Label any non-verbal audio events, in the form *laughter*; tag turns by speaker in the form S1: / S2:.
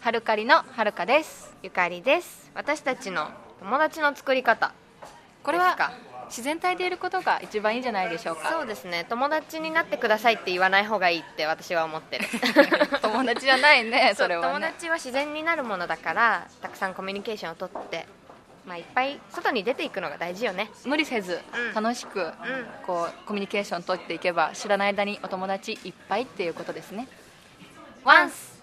S1: はるかりのはるかです
S2: ゆかりです
S1: 私たちの友達の作り方
S2: こ
S1: こ
S2: れ
S1: れ
S2: は
S1: は自然体でいることが一番いいんじゃないでしょうか
S2: そうですね友達になってくださいって言わない方がいいって私は思 *laughs* ってる
S1: 友達じゃないね *laughs* それ
S2: そう
S1: は
S2: 友
S1: ね
S2: 達は自然になるものだからたくさんコミュニケーションをとってまあいっぱい外に出ていくのが大事よね
S1: 無理せず
S2: うん
S1: 楽しく、こうコミュニケーション取っていけば知らない間にお友達いっぱいっていうことですね。
S2: ワンス